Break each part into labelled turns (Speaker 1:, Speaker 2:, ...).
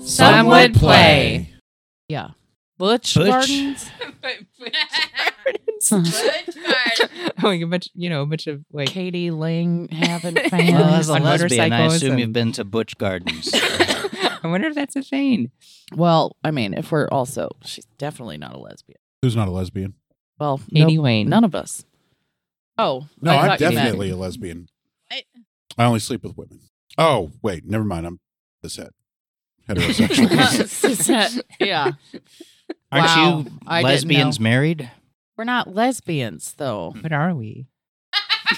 Speaker 1: Some would play.
Speaker 2: Yeah. Butch, Uh-huh.
Speaker 1: Butch.
Speaker 2: Gardens.
Speaker 3: oh, you bunch, you know, a bunch of like
Speaker 2: Katie Ling haven't
Speaker 1: Well,
Speaker 3: Yeah.
Speaker 1: as
Speaker 2: fans.
Speaker 1: a
Speaker 3: On
Speaker 1: lesbian, I
Speaker 3: motorcycles
Speaker 1: assume
Speaker 3: and-
Speaker 1: you've been to Butch Gardens.
Speaker 3: I wonder if that's a thing.
Speaker 2: well, I mean, if we're also, she's definitely not a lesbian.
Speaker 4: Who's not a lesbian?
Speaker 2: Well,
Speaker 3: Katie
Speaker 2: nope,
Speaker 3: Wayne.
Speaker 2: none of us. Oh,
Speaker 4: No,
Speaker 2: I
Speaker 4: I'm
Speaker 2: thought you meant-
Speaker 4: definitely a lesbian.
Speaker 5: I-
Speaker 4: I only sleep with women. Oh, wait, never mind. I'm this het. Heterosexual.
Speaker 2: yeah.
Speaker 1: Aren't
Speaker 2: Wow.
Speaker 1: you
Speaker 2: I didn't
Speaker 1: lesbians
Speaker 2: know.
Speaker 1: married?
Speaker 2: We're not lesbians, though.
Speaker 3: What are we?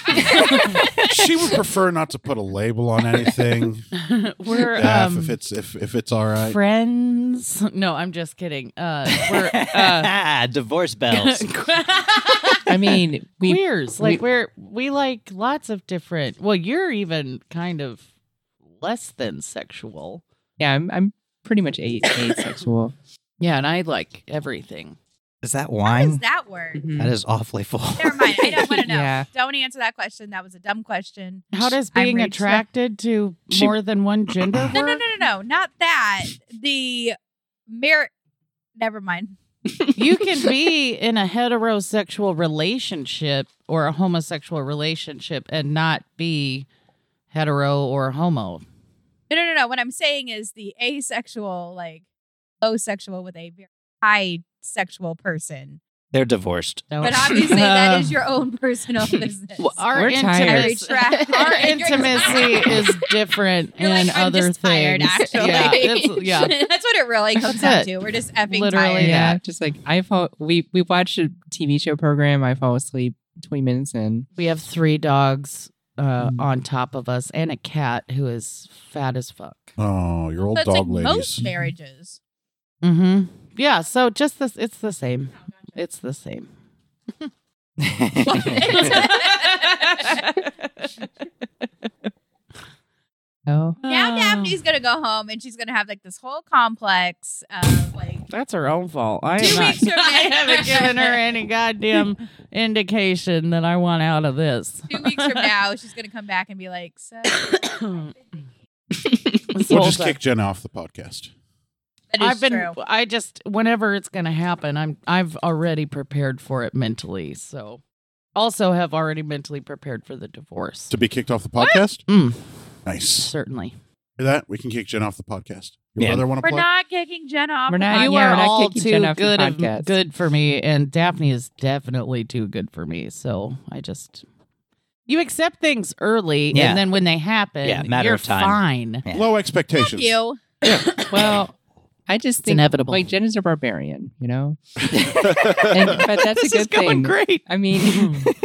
Speaker 4: she would prefer not to put a label on anything.
Speaker 2: we're
Speaker 4: F,
Speaker 2: um,
Speaker 4: if it's if if it's all Ah, right.
Speaker 2: friends. No, I'm just kidding. Uh, we're uh,
Speaker 1: Divorce bells.
Speaker 3: I mean, we
Speaker 2: queers. Like
Speaker 3: we-
Speaker 2: we, are we like lots of different. Well, you're even kind of less than sexual.
Speaker 3: yeah, I'm I'm pretty much a- asexual.
Speaker 2: Yeah, and I like everything.
Speaker 1: is that
Speaker 5: How does
Speaker 1: wine?
Speaker 5: that word?
Speaker 3: Mhm.
Speaker 1: That is awfully full.
Speaker 5: Never mind. I don't want to know.
Speaker 3: Yeah.
Speaker 5: Don't answer that question. That was a dumb question.
Speaker 2: How does
Speaker 5: I'm
Speaker 2: being
Speaker 5: reached the-
Speaker 2: attracted to
Speaker 1: She-
Speaker 2: more than one gender work?
Speaker 5: No, no, no, no, no. Not that. The merit. Never mind.
Speaker 2: you can be in a heterosexual relationship or a homosexual relationship and not be hetero or homo.
Speaker 5: No, no, no, no. What I'm saying is the asexual, like low sexual with a very high sexual person.
Speaker 1: They're divorced.
Speaker 2: No.
Speaker 5: But obviously, that is
Speaker 2: Uh,
Speaker 5: your own personal business.
Speaker 2: Oh. well, our
Speaker 3: We're tired.
Speaker 5: I
Speaker 2: intimacy.
Speaker 5: retract.
Speaker 2: Our
Speaker 5: You're
Speaker 2: intimacy is different
Speaker 5: You're
Speaker 2: in
Speaker 5: like, I'm
Speaker 2: other
Speaker 5: just tired,
Speaker 2: things.
Speaker 5: actually.
Speaker 2: Yeah, it's- yeah.
Speaker 5: That's what it really comes
Speaker 2: That's
Speaker 5: down
Speaker 2: it.
Speaker 5: to. We're just effing
Speaker 2: Literally
Speaker 5: tired.
Speaker 3: yeah,
Speaker 2: that.
Speaker 3: just like I fall. We we watched a TV show program. I fall asleep twenty minutes in.
Speaker 2: We have three dogs uh,
Speaker 3: Mm.
Speaker 2: on top of us and a cat who is fat as fuck.
Speaker 4: Oh, your old
Speaker 5: But it's like
Speaker 4: dog
Speaker 5: most
Speaker 4: ladies.
Speaker 5: marriages.
Speaker 2: Mm-hmm. Yeah. So just this, it's the same. It's the same.
Speaker 3: Oh,
Speaker 5: Now Daphne's gonna go home and she's gonna have like this whole complex of like
Speaker 2: That's her own fault. I, am
Speaker 5: Two
Speaker 2: not,
Speaker 5: weeks from
Speaker 2: I
Speaker 5: now.
Speaker 2: haven't given her any goddamn indication that I want out of this.
Speaker 5: two weeks from now she's gonna come back and be like, so
Speaker 2: This
Speaker 4: We'll
Speaker 2: whole
Speaker 4: just
Speaker 2: time.
Speaker 4: kick Jenna off the podcast.
Speaker 5: that is
Speaker 2: I've been.
Speaker 5: true.
Speaker 2: I just whenever it's going to happen, I'm. I've already prepared for it mentally. So, also have already mentally prepared for the divorce.
Speaker 4: To be kicked off the podcast?
Speaker 1: Hmm.
Speaker 2: Mm,
Speaker 4: Nice.
Speaker 2: certainly.
Speaker 4: Hear that? We can kick Jenna off the podcast. Your
Speaker 1: Yeah.
Speaker 4: mother want to
Speaker 5: We're
Speaker 4: play?
Speaker 5: not kicking Jenna off.
Speaker 3: We're
Speaker 5: the
Speaker 3: not-
Speaker 5: podcast.
Speaker 2: Uh, you
Speaker 3: yeah,
Speaker 2: are
Speaker 3: we're not
Speaker 2: all
Speaker 3: kicking
Speaker 2: too
Speaker 3: Jen off the
Speaker 2: good, of-
Speaker 3: podcast.
Speaker 2: good for me, and Daphne is definitely too good for me. So I just you accept things early,
Speaker 1: Yeah.
Speaker 2: and then when they happen,
Speaker 1: Yeah, matter
Speaker 2: you're
Speaker 1: of time.
Speaker 2: fine.
Speaker 1: Yeah.
Speaker 4: Low expectations.
Speaker 5: Fuck you.
Speaker 3: well, I just think
Speaker 2: inevitable.
Speaker 3: like Jenna's a barbarian, you know. And, but that's a good thing.
Speaker 1: great.
Speaker 3: I mean,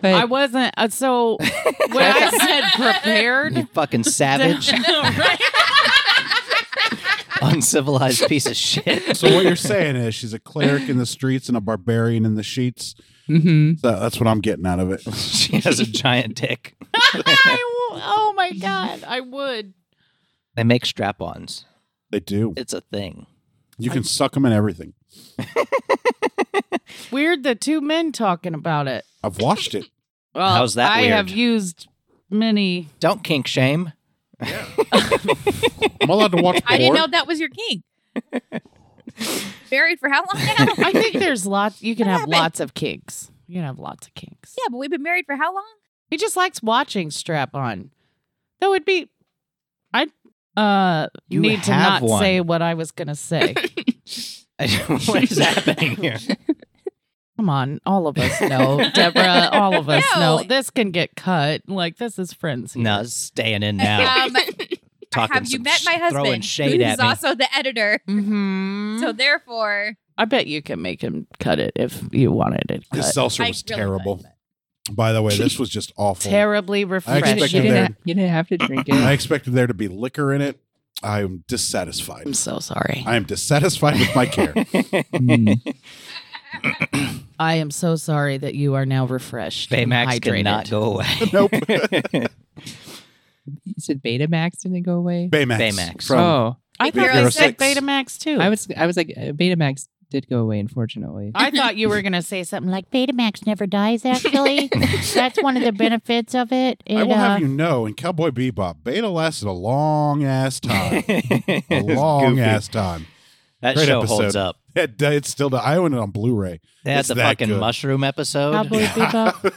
Speaker 3: but
Speaker 2: I wasn't. Uh, so when I said
Speaker 1: You
Speaker 2: prepared,
Speaker 1: fucking savage, uncivilized piece of shit.
Speaker 4: So what you're saying is she's a cleric in the streets and a barbarian in the sheets.
Speaker 3: Mhm.
Speaker 4: So that's what I'm getting out of it.
Speaker 1: she has a giant dick.
Speaker 2: I w- oh my god, I would.
Speaker 1: They make strap-ons.
Speaker 4: They do.
Speaker 1: It's a thing.
Speaker 4: You can suck them in everything.
Speaker 2: Weird the two men talking about it.
Speaker 4: I've watched it.
Speaker 2: Well,
Speaker 1: How's that
Speaker 2: I
Speaker 1: weird?
Speaker 2: have used many.
Speaker 1: Don't kink shame.
Speaker 4: I'm allowed to watch porn.
Speaker 5: I didn't know that was your kink. Married for how long now?
Speaker 2: I think there's lots. You can
Speaker 5: What
Speaker 2: have
Speaker 5: happened?
Speaker 2: lots of kinks. You can have lots of kinks.
Speaker 5: yeah, but we've been married for how long?
Speaker 2: He just likes watching strap on. That would be. I uh
Speaker 1: You
Speaker 2: need to
Speaker 1: have
Speaker 2: not
Speaker 1: one.
Speaker 2: say what I was gonna say.
Speaker 1: what is happening here?
Speaker 2: Come on, all of us know, Deborah. All of us
Speaker 5: No.
Speaker 2: know this can get cut. Like this is friends. here.
Speaker 1: No, it's staying in now.
Speaker 5: Um,
Speaker 1: Talking
Speaker 5: have you
Speaker 1: some
Speaker 5: met
Speaker 1: sh- Throwing
Speaker 5: my husband?
Speaker 1: shade
Speaker 5: who's
Speaker 1: at me.
Speaker 5: also the editor.
Speaker 2: Mhm.
Speaker 5: So therefore,
Speaker 2: I bet you can make him cut it if you wanted it
Speaker 4: This
Speaker 2: cut.
Speaker 4: seltzer
Speaker 5: I
Speaker 4: was
Speaker 5: really
Speaker 4: terrible.
Speaker 5: couldn't,
Speaker 4: By the way, this was just awful. I
Speaker 2: Terribly
Speaker 3: you, didn't,
Speaker 4: expected
Speaker 3: you,
Speaker 2: refreshing.
Speaker 4: there-
Speaker 3: didn't, you didn't have to drink
Speaker 4: I
Speaker 3: it.
Speaker 4: expected there to be liquor in it. I'm dissatisfied.
Speaker 2: I'm so sorry.
Speaker 4: I am dissatisfied with my care.
Speaker 3: Mm.
Speaker 2: I am so sorry that you are now refreshed. and
Speaker 1: Baymax
Speaker 2: hydrated.
Speaker 1: cannot go away.
Speaker 4: Nope.
Speaker 3: You said Betamax didn't go away.
Speaker 4: Baymax.
Speaker 1: Baymax.
Speaker 4: From
Speaker 3: oh,
Speaker 2: I
Speaker 5: Like
Speaker 2: thought
Speaker 5: Euro
Speaker 2: they said
Speaker 4: six.
Speaker 2: Betamax too.
Speaker 3: I was I was like uh, Betamax did go away, unfortunately.
Speaker 2: I thought you were going to say something like Betamax never dies, actually. That's one of the benefits of it.
Speaker 4: I
Speaker 2: It,
Speaker 4: will
Speaker 2: uh,
Speaker 4: have you know, in Cowboy Bebop, beta lasted a long ass time. a
Speaker 1: It's
Speaker 4: long
Speaker 1: goofy.
Speaker 4: ass time.
Speaker 1: That
Speaker 4: Great
Speaker 1: show
Speaker 4: episode.
Speaker 1: holds up.
Speaker 4: It, it's still. I own it on Blu-ray.
Speaker 1: They had
Speaker 4: It's
Speaker 1: the
Speaker 4: that
Speaker 1: fucking
Speaker 4: good.
Speaker 1: mushroom episode.
Speaker 2: Cowboy Bebop.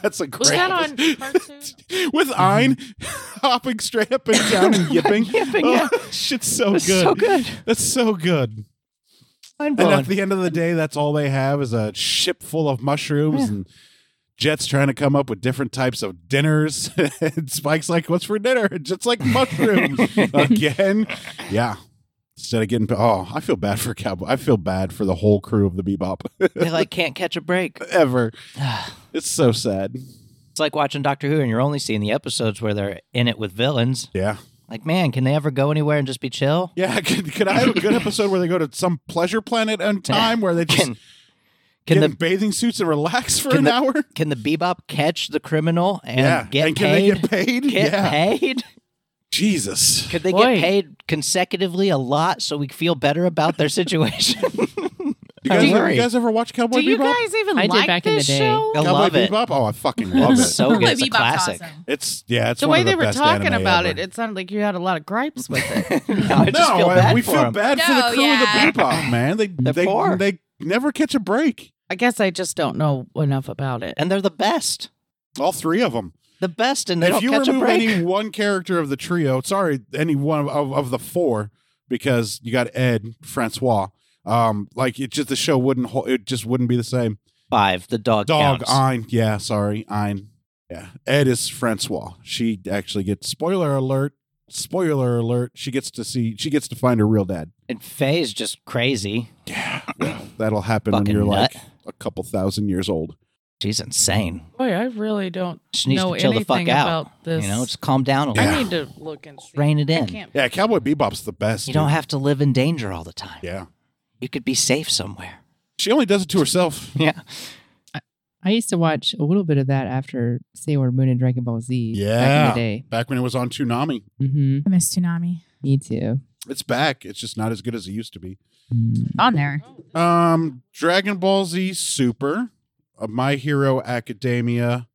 Speaker 4: That's a great.
Speaker 2: Was that on cartoon?
Speaker 4: With Ein hopping straight up and down and Mm-hmm. yipping.
Speaker 1: Yipping,
Speaker 4: Oh, shit's so
Speaker 1: It's
Speaker 4: good.
Speaker 1: so good.
Speaker 4: That's so good.
Speaker 1: Mind
Speaker 4: And
Speaker 1: blowing.
Speaker 4: at the end of the day, that's all they have is a ship full of mushrooms and Jet's trying to come up with different types of dinners. and Spike's like, what's for dinner? Just like mushrooms again. Yeah. Instead of getting, oh, I feel bad for Cowboy. I feel bad for the whole crew of the Bebop
Speaker 1: they like can't catch a break.
Speaker 4: ever.
Speaker 1: It's
Speaker 4: It's so sad.
Speaker 1: like watching Doctor Who, and you're only seeing the episodes where they're in it with villains.
Speaker 4: Yeah.
Speaker 1: Like, man, can they ever go anywhere and just be chill?
Speaker 4: Yeah. Could, could I have a good episode where they go to some pleasure planet on time where they just
Speaker 1: Can can
Speaker 4: get in
Speaker 1: the
Speaker 4: bathing suits and relax for
Speaker 1: can
Speaker 4: an
Speaker 1: the-
Speaker 4: hour?
Speaker 1: can the Bebop catch the criminal and
Speaker 4: yeah.
Speaker 1: get
Speaker 4: and can
Speaker 1: paid?
Speaker 4: they get paid?
Speaker 1: Get
Speaker 4: yeah.
Speaker 1: paid?
Speaker 4: Jesus.
Speaker 1: Could they
Speaker 2: Boy.
Speaker 1: get paid consecutively a lot so we feel better about their situation?
Speaker 4: You
Speaker 1: I'm
Speaker 4: guys, you
Speaker 1: worried.
Speaker 4: guys ever watch Cowboy
Speaker 2: Do you
Speaker 4: Bebop?
Speaker 2: guys even
Speaker 3: I did
Speaker 2: like
Speaker 3: back in the
Speaker 2: this
Speaker 3: day.
Speaker 2: show?
Speaker 1: I
Speaker 4: Cowboy
Speaker 1: love it.
Speaker 4: Bebop? Oh, I fucking love
Speaker 1: It's
Speaker 4: it.
Speaker 1: so good.
Speaker 5: Cowboy
Speaker 1: It's a
Speaker 5: Bebop's
Speaker 1: classic.
Speaker 5: awesome.
Speaker 4: It's yeah, it's
Speaker 2: the
Speaker 4: one
Speaker 2: way
Speaker 4: of the
Speaker 2: they were
Speaker 4: best
Speaker 2: talking
Speaker 4: anime
Speaker 2: about
Speaker 4: ever.
Speaker 2: it, it sounded like you had a lot of gripes with it.
Speaker 1: No, I just
Speaker 4: no,
Speaker 1: feel
Speaker 4: uh,
Speaker 1: bad
Speaker 4: we
Speaker 1: for
Speaker 4: feel
Speaker 1: 'em.
Speaker 4: bad for
Speaker 5: No,
Speaker 4: the crew
Speaker 5: yeah.
Speaker 4: of the Bebop man. They
Speaker 1: They're
Speaker 4: they
Speaker 1: poor.
Speaker 4: they never catch a break.
Speaker 2: I guess I just don't know enough about it.
Speaker 1: And they're the best.
Speaker 4: All three of them.
Speaker 1: The best, and they
Speaker 4: if
Speaker 1: don't
Speaker 4: you
Speaker 1: catch a
Speaker 4: remove
Speaker 1: break.
Speaker 4: any one character of the trio, sorry, any one of, of, of the four, because you got Ed Francois. Um, like it just the show wouldn't hol- it just wouldn't be the same.
Speaker 1: Five, the dog,
Speaker 4: Dog
Speaker 1: counts.
Speaker 4: Ein, yeah, sorry, Ein, yeah. Ed is Francois. She actually gets spoiler alert. Spoiler alert. She gets to see. She gets to find her real dad.
Speaker 1: And Faye's just crazy.
Speaker 4: That'll happen when
Speaker 1: Fucking
Speaker 4: you're
Speaker 1: nut.
Speaker 4: like a couple thousand years old.
Speaker 1: She's insane.
Speaker 2: Boy, I really don't
Speaker 1: She needs
Speaker 2: know
Speaker 1: to chill the
Speaker 2: anything
Speaker 1: fuck out.
Speaker 2: about this.
Speaker 1: You know, just calm down a little.
Speaker 4: Yeah.
Speaker 2: I need to look and see.
Speaker 1: Rein it
Speaker 2: I
Speaker 1: in.
Speaker 2: can't-
Speaker 4: Yeah, Cowboy Bebop's the best.
Speaker 1: You don't
Speaker 4: dude.
Speaker 1: have to live in danger all the time.
Speaker 4: Yeah,
Speaker 1: You could be safe somewhere.
Speaker 4: she only does it to herself.
Speaker 1: Yeah.
Speaker 3: I used to watch a little bit of that after Sailor Moon and Dragon Ball Z
Speaker 4: Yeah.
Speaker 3: back in the day.
Speaker 4: Back when it was on Toonami,
Speaker 3: Mm-hmm.
Speaker 5: I miss Toonami.
Speaker 3: Me too.
Speaker 4: it's back. It's just not as good as it used to be.
Speaker 3: Mm.
Speaker 5: On there.
Speaker 4: Um, Dragon Ball Z Super, uh, My Hero Academia.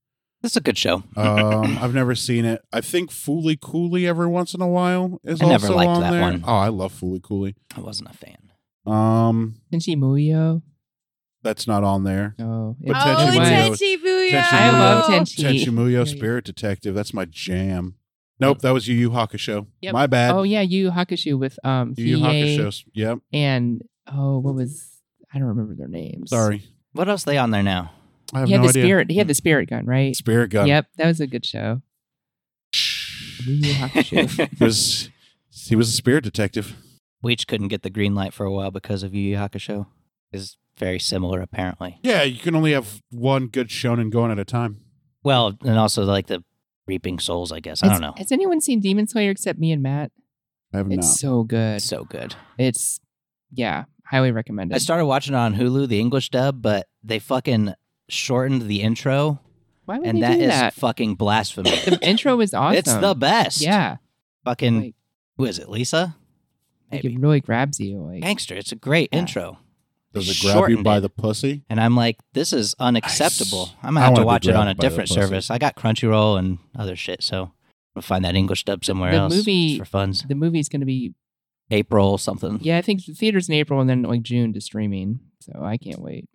Speaker 1: That's a good show.
Speaker 4: Um, I've never seen it. I think Fooly Cooley every once in a while is
Speaker 1: I never
Speaker 4: also
Speaker 1: liked
Speaker 4: on
Speaker 1: that
Speaker 4: there.
Speaker 1: one.
Speaker 4: Oh, I love Fooly Cooley.
Speaker 1: I wasn't a fan.
Speaker 4: Um,
Speaker 3: Tenchi Muyo.
Speaker 4: that's not on there.
Speaker 3: Oh,
Speaker 4: But
Speaker 5: oh,
Speaker 4: Tenchi
Speaker 3: was.
Speaker 4: Muyo-
Speaker 5: Tenchi Muyo.
Speaker 4: Tenchi
Speaker 3: I love
Speaker 4: Muyo.
Speaker 3: Tenchi.
Speaker 4: Tenchi Muyo,
Speaker 3: Yeah.
Speaker 4: Spirit Detective. That's my jam. Nope, that was Yu Yu Hakusho.
Speaker 3: Yep.
Speaker 4: My bad.
Speaker 3: Oh yeah, Yu Yu Hakusho with um
Speaker 4: Yu Yu
Speaker 3: Hiei
Speaker 4: Hakusho. Yep.
Speaker 3: and oh what was I don't remember their names.
Speaker 4: Sorry,
Speaker 1: What else they on there now?
Speaker 4: I have
Speaker 3: He had
Speaker 4: no
Speaker 3: the
Speaker 4: idea.
Speaker 3: spirit. He had the spirit gun, right?
Speaker 4: Spirit gun.
Speaker 3: Yep, that was a good show. Yu Yu Hakusho.
Speaker 4: He was he was a spirit detective.
Speaker 1: Weech couldn't get the green light for a while because of Yu Yu Hakusho. Is very similar apparently.
Speaker 4: Yeah, you can only have one good shonen going at a time.
Speaker 1: Well, and also like the reaping souls, I guess. I
Speaker 3: Has-
Speaker 1: don't know.
Speaker 3: Has anyone seen Demon Slayer except me and Matt?
Speaker 4: I have
Speaker 3: It's so good.
Speaker 1: It's so good.
Speaker 3: It's yeah, highly recommended.
Speaker 1: I started watching it on Hulu, the English dub, but they fucking shortened the intro,
Speaker 3: Why would
Speaker 1: and
Speaker 3: they
Speaker 1: that
Speaker 3: do
Speaker 1: is
Speaker 3: that?
Speaker 1: fucking blasphemy.
Speaker 3: the intro was awesome.
Speaker 1: It's the best.
Speaker 3: yeah.
Speaker 1: Fucking
Speaker 3: Like-
Speaker 1: who is it? Lisa?
Speaker 3: Like,
Speaker 1: Maybe.
Speaker 3: it really grabs you. Like
Speaker 1: Gangster. It's a great
Speaker 3: Yeah.
Speaker 1: intro.
Speaker 4: Does it grab you
Speaker 1: Shortened
Speaker 4: by
Speaker 1: it.
Speaker 4: the pussy?
Speaker 1: And I'm like, this is unacceptable.
Speaker 4: Nice.
Speaker 1: I'm gonna
Speaker 4: I
Speaker 1: have to
Speaker 4: wanna be
Speaker 1: watch it on
Speaker 4: grabbed by
Speaker 1: a
Speaker 4: the
Speaker 1: different
Speaker 4: pussy.
Speaker 1: service. I got Crunchyroll and other shit, so I'm gonna find that English dub somewhere
Speaker 3: the
Speaker 1: else
Speaker 3: movie-
Speaker 1: just for funds.
Speaker 3: the movie's gonna be
Speaker 1: April something.
Speaker 3: yeah, I think the theaters in April and then like June to streaming. So I can't wait.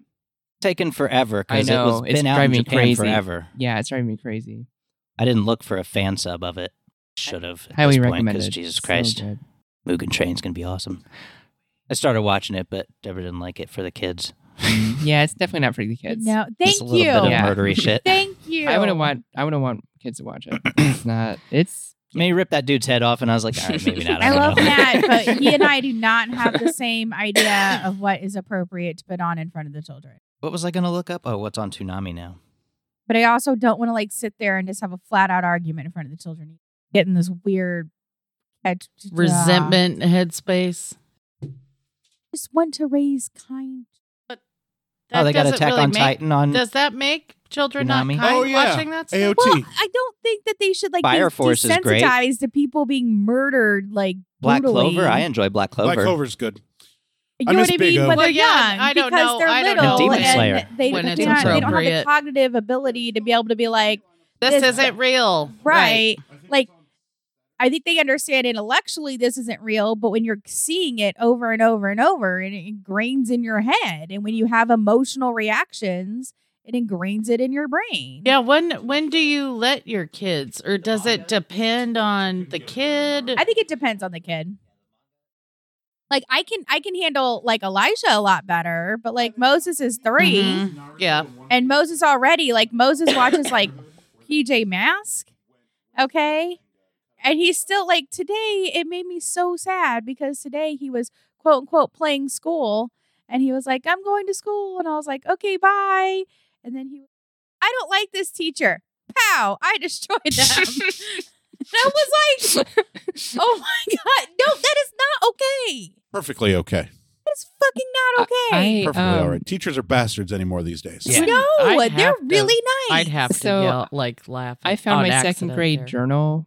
Speaker 1: Taken forever
Speaker 3: I
Speaker 1: because it was
Speaker 3: know. It's
Speaker 1: been out in
Speaker 3: driving me
Speaker 1: Japan
Speaker 3: crazy.
Speaker 1: forever.
Speaker 3: Yeah, it's driving me crazy.
Speaker 1: I didn't look for a fan sub of it. Should have. at
Speaker 3: Highly
Speaker 1: this point, 'cause
Speaker 3: recommended.
Speaker 1: Jesus
Speaker 3: So
Speaker 1: Christ,
Speaker 3: good.
Speaker 1: Mugen Train's gonna be awesome. I started watching it, but Deborah didn't like it for the kids.
Speaker 3: yeah, it's definitely not for the kids.
Speaker 5: No, thank
Speaker 1: Just a
Speaker 5: you.
Speaker 1: little bit of
Speaker 3: Yeah.
Speaker 1: murdery shit.
Speaker 5: Thank you.
Speaker 3: I wouldn't want. I wouldn't want kids to watch it. It's not. It's
Speaker 1: I mean, he ripped that dude's head off, and I was like, all right, maybe not.
Speaker 5: I
Speaker 1: don't
Speaker 5: love
Speaker 1: know.
Speaker 5: Matt, but he and I do not have the same idea of what is appropriate to put on in front of the children.
Speaker 1: What was I gonna look up? Oh, what's on Toonami now?
Speaker 5: But I also don't want to like sit there and just have a flat out argument in front of the children, getting this weird edge- uh,
Speaker 2: Resentment headspace.
Speaker 5: I just want to raise kind.
Speaker 1: oh, they got
Speaker 2: doesn't
Speaker 1: Attack
Speaker 2: really
Speaker 1: on
Speaker 2: make-
Speaker 1: Titan on
Speaker 2: Does that make children not
Speaker 1: Tsunami?
Speaker 2: kind
Speaker 4: Oh, yeah.
Speaker 2: watching that stuff?
Speaker 4: AOT.
Speaker 5: Well, I don't think that they should like
Speaker 1: Fire
Speaker 5: be
Speaker 1: Force is great.
Speaker 5: desensitized to people being murdered like
Speaker 1: Black
Speaker 5: brutally.
Speaker 1: Clover. I enjoy Black Clover.
Speaker 4: Black Clover's good.
Speaker 5: You
Speaker 4: I'm
Speaker 5: know
Speaker 4: just
Speaker 5: what I
Speaker 4: big
Speaker 5: mean?
Speaker 4: O.
Speaker 5: When
Speaker 2: Well,
Speaker 5: they're
Speaker 2: yeah,
Speaker 5: young,
Speaker 2: I don't
Speaker 5: because
Speaker 2: know-
Speaker 5: they're
Speaker 2: I don't
Speaker 5: little
Speaker 1: know Demon
Speaker 5: and
Speaker 1: Slayer.
Speaker 5: they,
Speaker 2: when
Speaker 5: do
Speaker 2: it's
Speaker 5: not, they don't have the
Speaker 2: appropriate.
Speaker 5: cognitive ability to be able to be like,
Speaker 2: This
Speaker 5: This-
Speaker 2: isn't real.
Speaker 5: right. Like, I think they understand intellectually this isn't real, but when you're seeing it over and over and over, and it ingrains in your head, and when you have emotional reactions, it ingrains it in your brain.
Speaker 2: Yeah, when when do you let your kids or does it depend on the kid?
Speaker 5: I think it depends on the kid. Like I can I can handle like Elijah a lot better, but
Speaker 2: Mm-hmm.
Speaker 5: like Moses is 3
Speaker 2: Mhm. Yeah.
Speaker 5: and Moses already like Moses watches like PJ Mask, okay, and he's still like today. It made me so sad because today he was quote unquote playing school, and he was like, "I'm going to school," and I was like, "Okay, bye," and then he, I don't like this teacher. Pow! I destroyed them. and I was like, "Oh my god, no, that is not okay.
Speaker 4: Perfectly okay.
Speaker 5: That is fucking not okay."
Speaker 3: I,
Speaker 4: Perfectly
Speaker 3: um,
Speaker 4: all right. Teachers are bastards anymore these days.
Speaker 1: Yeah.
Speaker 5: no,
Speaker 2: I'd
Speaker 5: they're
Speaker 2: have to-
Speaker 5: really nice.
Speaker 2: I'd have to
Speaker 3: So,
Speaker 2: yell, like laugh.
Speaker 3: I found
Speaker 2: on
Speaker 3: my second
Speaker 2: accident
Speaker 3: grade
Speaker 2: there.
Speaker 3: journal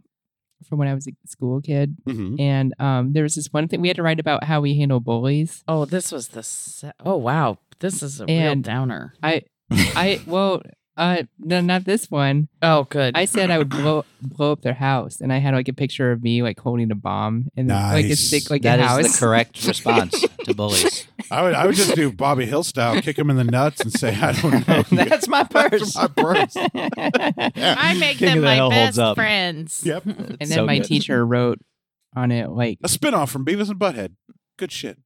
Speaker 3: from when I was a school kid,
Speaker 4: Mhm.
Speaker 3: and um, there was this one thing we had to write about how we handle bullies.
Speaker 2: Oh, this was the se- Oh wow. This is a
Speaker 3: And-
Speaker 2: real downer.
Speaker 3: I, I, well, uh, no, not this one.
Speaker 2: Oh good.
Speaker 3: I said I would blow blow up their house, and I had like a picture of me like holding a bomb and like a
Speaker 4: Nice.
Speaker 3: stick like
Speaker 1: That
Speaker 3: a
Speaker 1: is
Speaker 3: house.
Speaker 1: the correct response to bullies.
Speaker 4: I would I would just do Bobby Hill style, kick him in the nuts and say, I don't know. you."
Speaker 1: That's my
Speaker 4: Oh, That's
Speaker 1: purse.
Speaker 4: my purse. Yeah.
Speaker 2: I make
Speaker 1: King
Speaker 2: them
Speaker 1: of the
Speaker 2: my
Speaker 1: Hill holds
Speaker 2: best
Speaker 1: up.
Speaker 2: friends.
Speaker 4: Yep.
Speaker 3: and
Speaker 1: So
Speaker 3: then my
Speaker 1: good.
Speaker 3: teacher wrote on it like
Speaker 4: A spinoff from Beavis and Butthead. Good shit.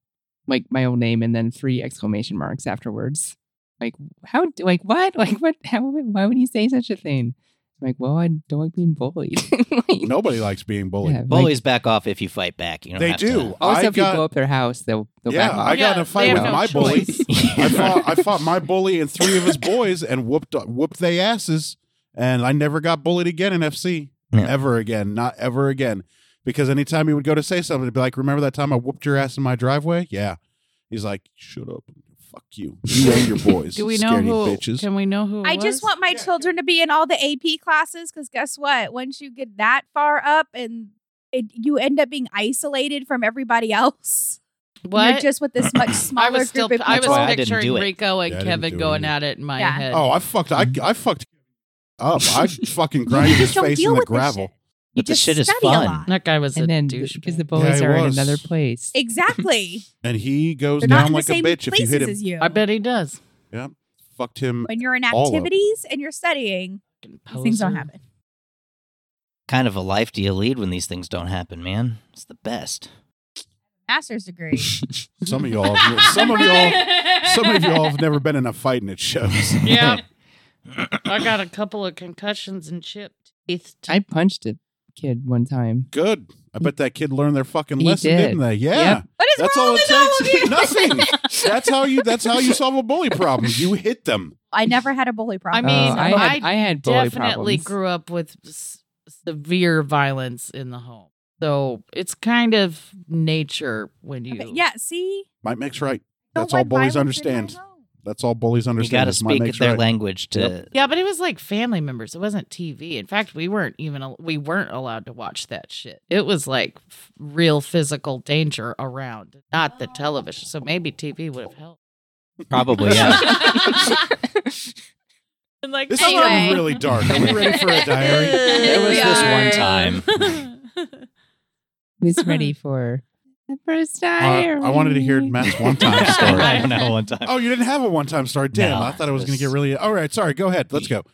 Speaker 3: like my old name and then three exclamation marks afterwards. Like how? Like what? Like what? How? would- Why would he say such a thing? I'm like, well, I don't like being bullied. Like,
Speaker 4: Nobody likes being bullied.
Speaker 3: yeah, like,
Speaker 1: Bullies back off if you fight back. You don't
Speaker 4: they
Speaker 1: have
Speaker 4: do.
Speaker 1: To,
Speaker 3: also,
Speaker 4: I
Speaker 3: if you
Speaker 4: got,
Speaker 3: blow up their house, they'll they'll
Speaker 4: yeah,
Speaker 3: back off.
Speaker 4: I got in
Speaker 2: Yeah,
Speaker 4: a fight
Speaker 2: they
Speaker 4: with
Speaker 2: have no
Speaker 4: my bully.
Speaker 2: choice.
Speaker 4: I fought, I fought my bully and three of his boys and whooped whooped they asses, and I never got bullied again in FC
Speaker 1: Yeah.
Speaker 4: ever again, not ever again, because anytime he would go to say something, he'd be like, "Remember that time I whooped your ass in my driveway?" Yeah, he's like, "Shut up, fuck you, you and your boys."
Speaker 2: Do we know
Speaker 4: scaredy
Speaker 2: who?
Speaker 4: bitches?
Speaker 2: Can we know who? it
Speaker 5: I just
Speaker 2: was?
Speaker 5: want my children to be in all the AP classes because guess what? Once you get that far up and it, you end up being isolated from everybody else. You're
Speaker 2: what?
Speaker 5: just with this much
Speaker 2: I
Speaker 5: smaller
Speaker 2: was still.
Speaker 5: group of
Speaker 2: I
Speaker 5: people.
Speaker 1: why I
Speaker 2: was
Speaker 1: didn't
Speaker 2: picturing
Speaker 1: do it.
Speaker 2: Rico and
Speaker 4: Yeah, I didn't
Speaker 2: Kevin
Speaker 4: do it
Speaker 2: going
Speaker 4: either.
Speaker 2: at it in my
Speaker 5: Yeah.
Speaker 2: head.
Speaker 4: oh, I fucked. I I fucked up. I fucking grinded
Speaker 5: you
Speaker 4: his
Speaker 5: just don't
Speaker 4: face
Speaker 5: deal
Speaker 4: in the
Speaker 5: with this
Speaker 4: gravel.
Speaker 5: shit. You
Speaker 1: but the
Speaker 5: just
Speaker 1: shit is
Speaker 5: study a
Speaker 1: fun.
Speaker 5: lot.
Speaker 2: that guy was a
Speaker 3: and then because
Speaker 2: douchebag.
Speaker 3: the bullies
Speaker 4: Yeah, he
Speaker 3: are in
Speaker 4: was.
Speaker 3: another place.
Speaker 5: Exactly.
Speaker 4: And he goes
Speaker 5: They're not
Speaker 4: down
Speaker 5: in
Speaker 4: like
Speaker 5: the
Speaker 4: a
Speaker 5: same
Speaker 4: bitch if you
Speaker 5: places
Speaker 4: hit him.
Speaker 5: as you.
Speaker 2: I bet he does.
Speaker 4: Fucked him.
Speaker 5: when you're in
Speaker 4: all of them.
Speaker 5: activities and you're studying, these things don't
Speaker 2: Poser.
Speaker 5: happen.
Speaker 1: Kind of a life do you lead when these things don't happen, man? It's the best.
Speaker 5: Master's degree.
Speaker 4: Some of y'all, some of y'all, some of y'all have never been in a fight and it shows.
Speaker 2: yeah. I got a couple of concussions and chipped teeth.
Speaker 3: I punched a kid one time.
Speaker 4: Good. I bet that kid learned their fucking
Speaker 3: He
Speaker 4: lesson,
Speaker 3: did.
Speaker 4: did. not they? Yeah.
Speaker 3: Yep.
Speaker 5: What is
Speaker 4: That's
Speaker 5: wrong
Speaker 4: all
Speaker 5: with all of
Speaker 4: it
Speaker 5: you?
Speaker 4: takes. Nothing. That's how you that's how you solve a bully problem. You hit them.
Speaker 5: I never had a bully problem.
Speaker 2: I mean,
Speaker 3: Oh,
Speaker 4: Uh,
Speaker 3: I had
Speaker 2: I
Speaker 3: I, had bully
Speaker 2: Definitely
Speaker 3: problems.
Speaker 2: grew up with s- severe violence in the home. So it's kind of nature when you.
Speaker 5: Okay, yeah, see,
Speaker 4: Might makes right.
Speaker 5: Don't
Speaker 4: That's all
Speaker 5: like
Speaker 4: bullies
Speaker 5: violence in my
Speaker 4: understand.
Speaker 5: home.
Speaker 4: That's all bullies
Speaker 1: You
Speaker 4: understand.
Speaker 1: got to
Speaker 4: is might
Speaker 1: speak
Speaker 4: makes
Speaker 1: their
Speaker 4: right.
Speaker 1: language to.
Speaker 2: Yeah, but it was like family members. It wasn't TV. In fact, we weren't even al- we weren't allowed to watch that shit. It was like f- real physical danger around, not the television. So maybe TV would have helped.
Speaker 1: Probably, yeah.
Speaker 2: And like
Speaker 4: This is
Speaker 5: Anyway.
Speaker 4: getting really dark. Are we ready for a diary?
Speaker 1: There was
Speaker 5: We
Speaker 1: this
Speaker 5: are-
Speaker 1: one time.
Speaker 3: Who's ready for the first
Speaker 4: Uh,
Speaker 3: diary?
Speaker 4: I wanted to hear Matt's one time story.
Speaker 1: I don't know, one time.
Speaker 4: Oh, you didn't have a one time story. Damn,
Speaker 1: No,
Speaker 4: I thought I was
Speaker 1: it
Speaker 4: going to
Speaker 1: was-
Speaker 4: get really. All right, sorry. Go ahead. Let's go.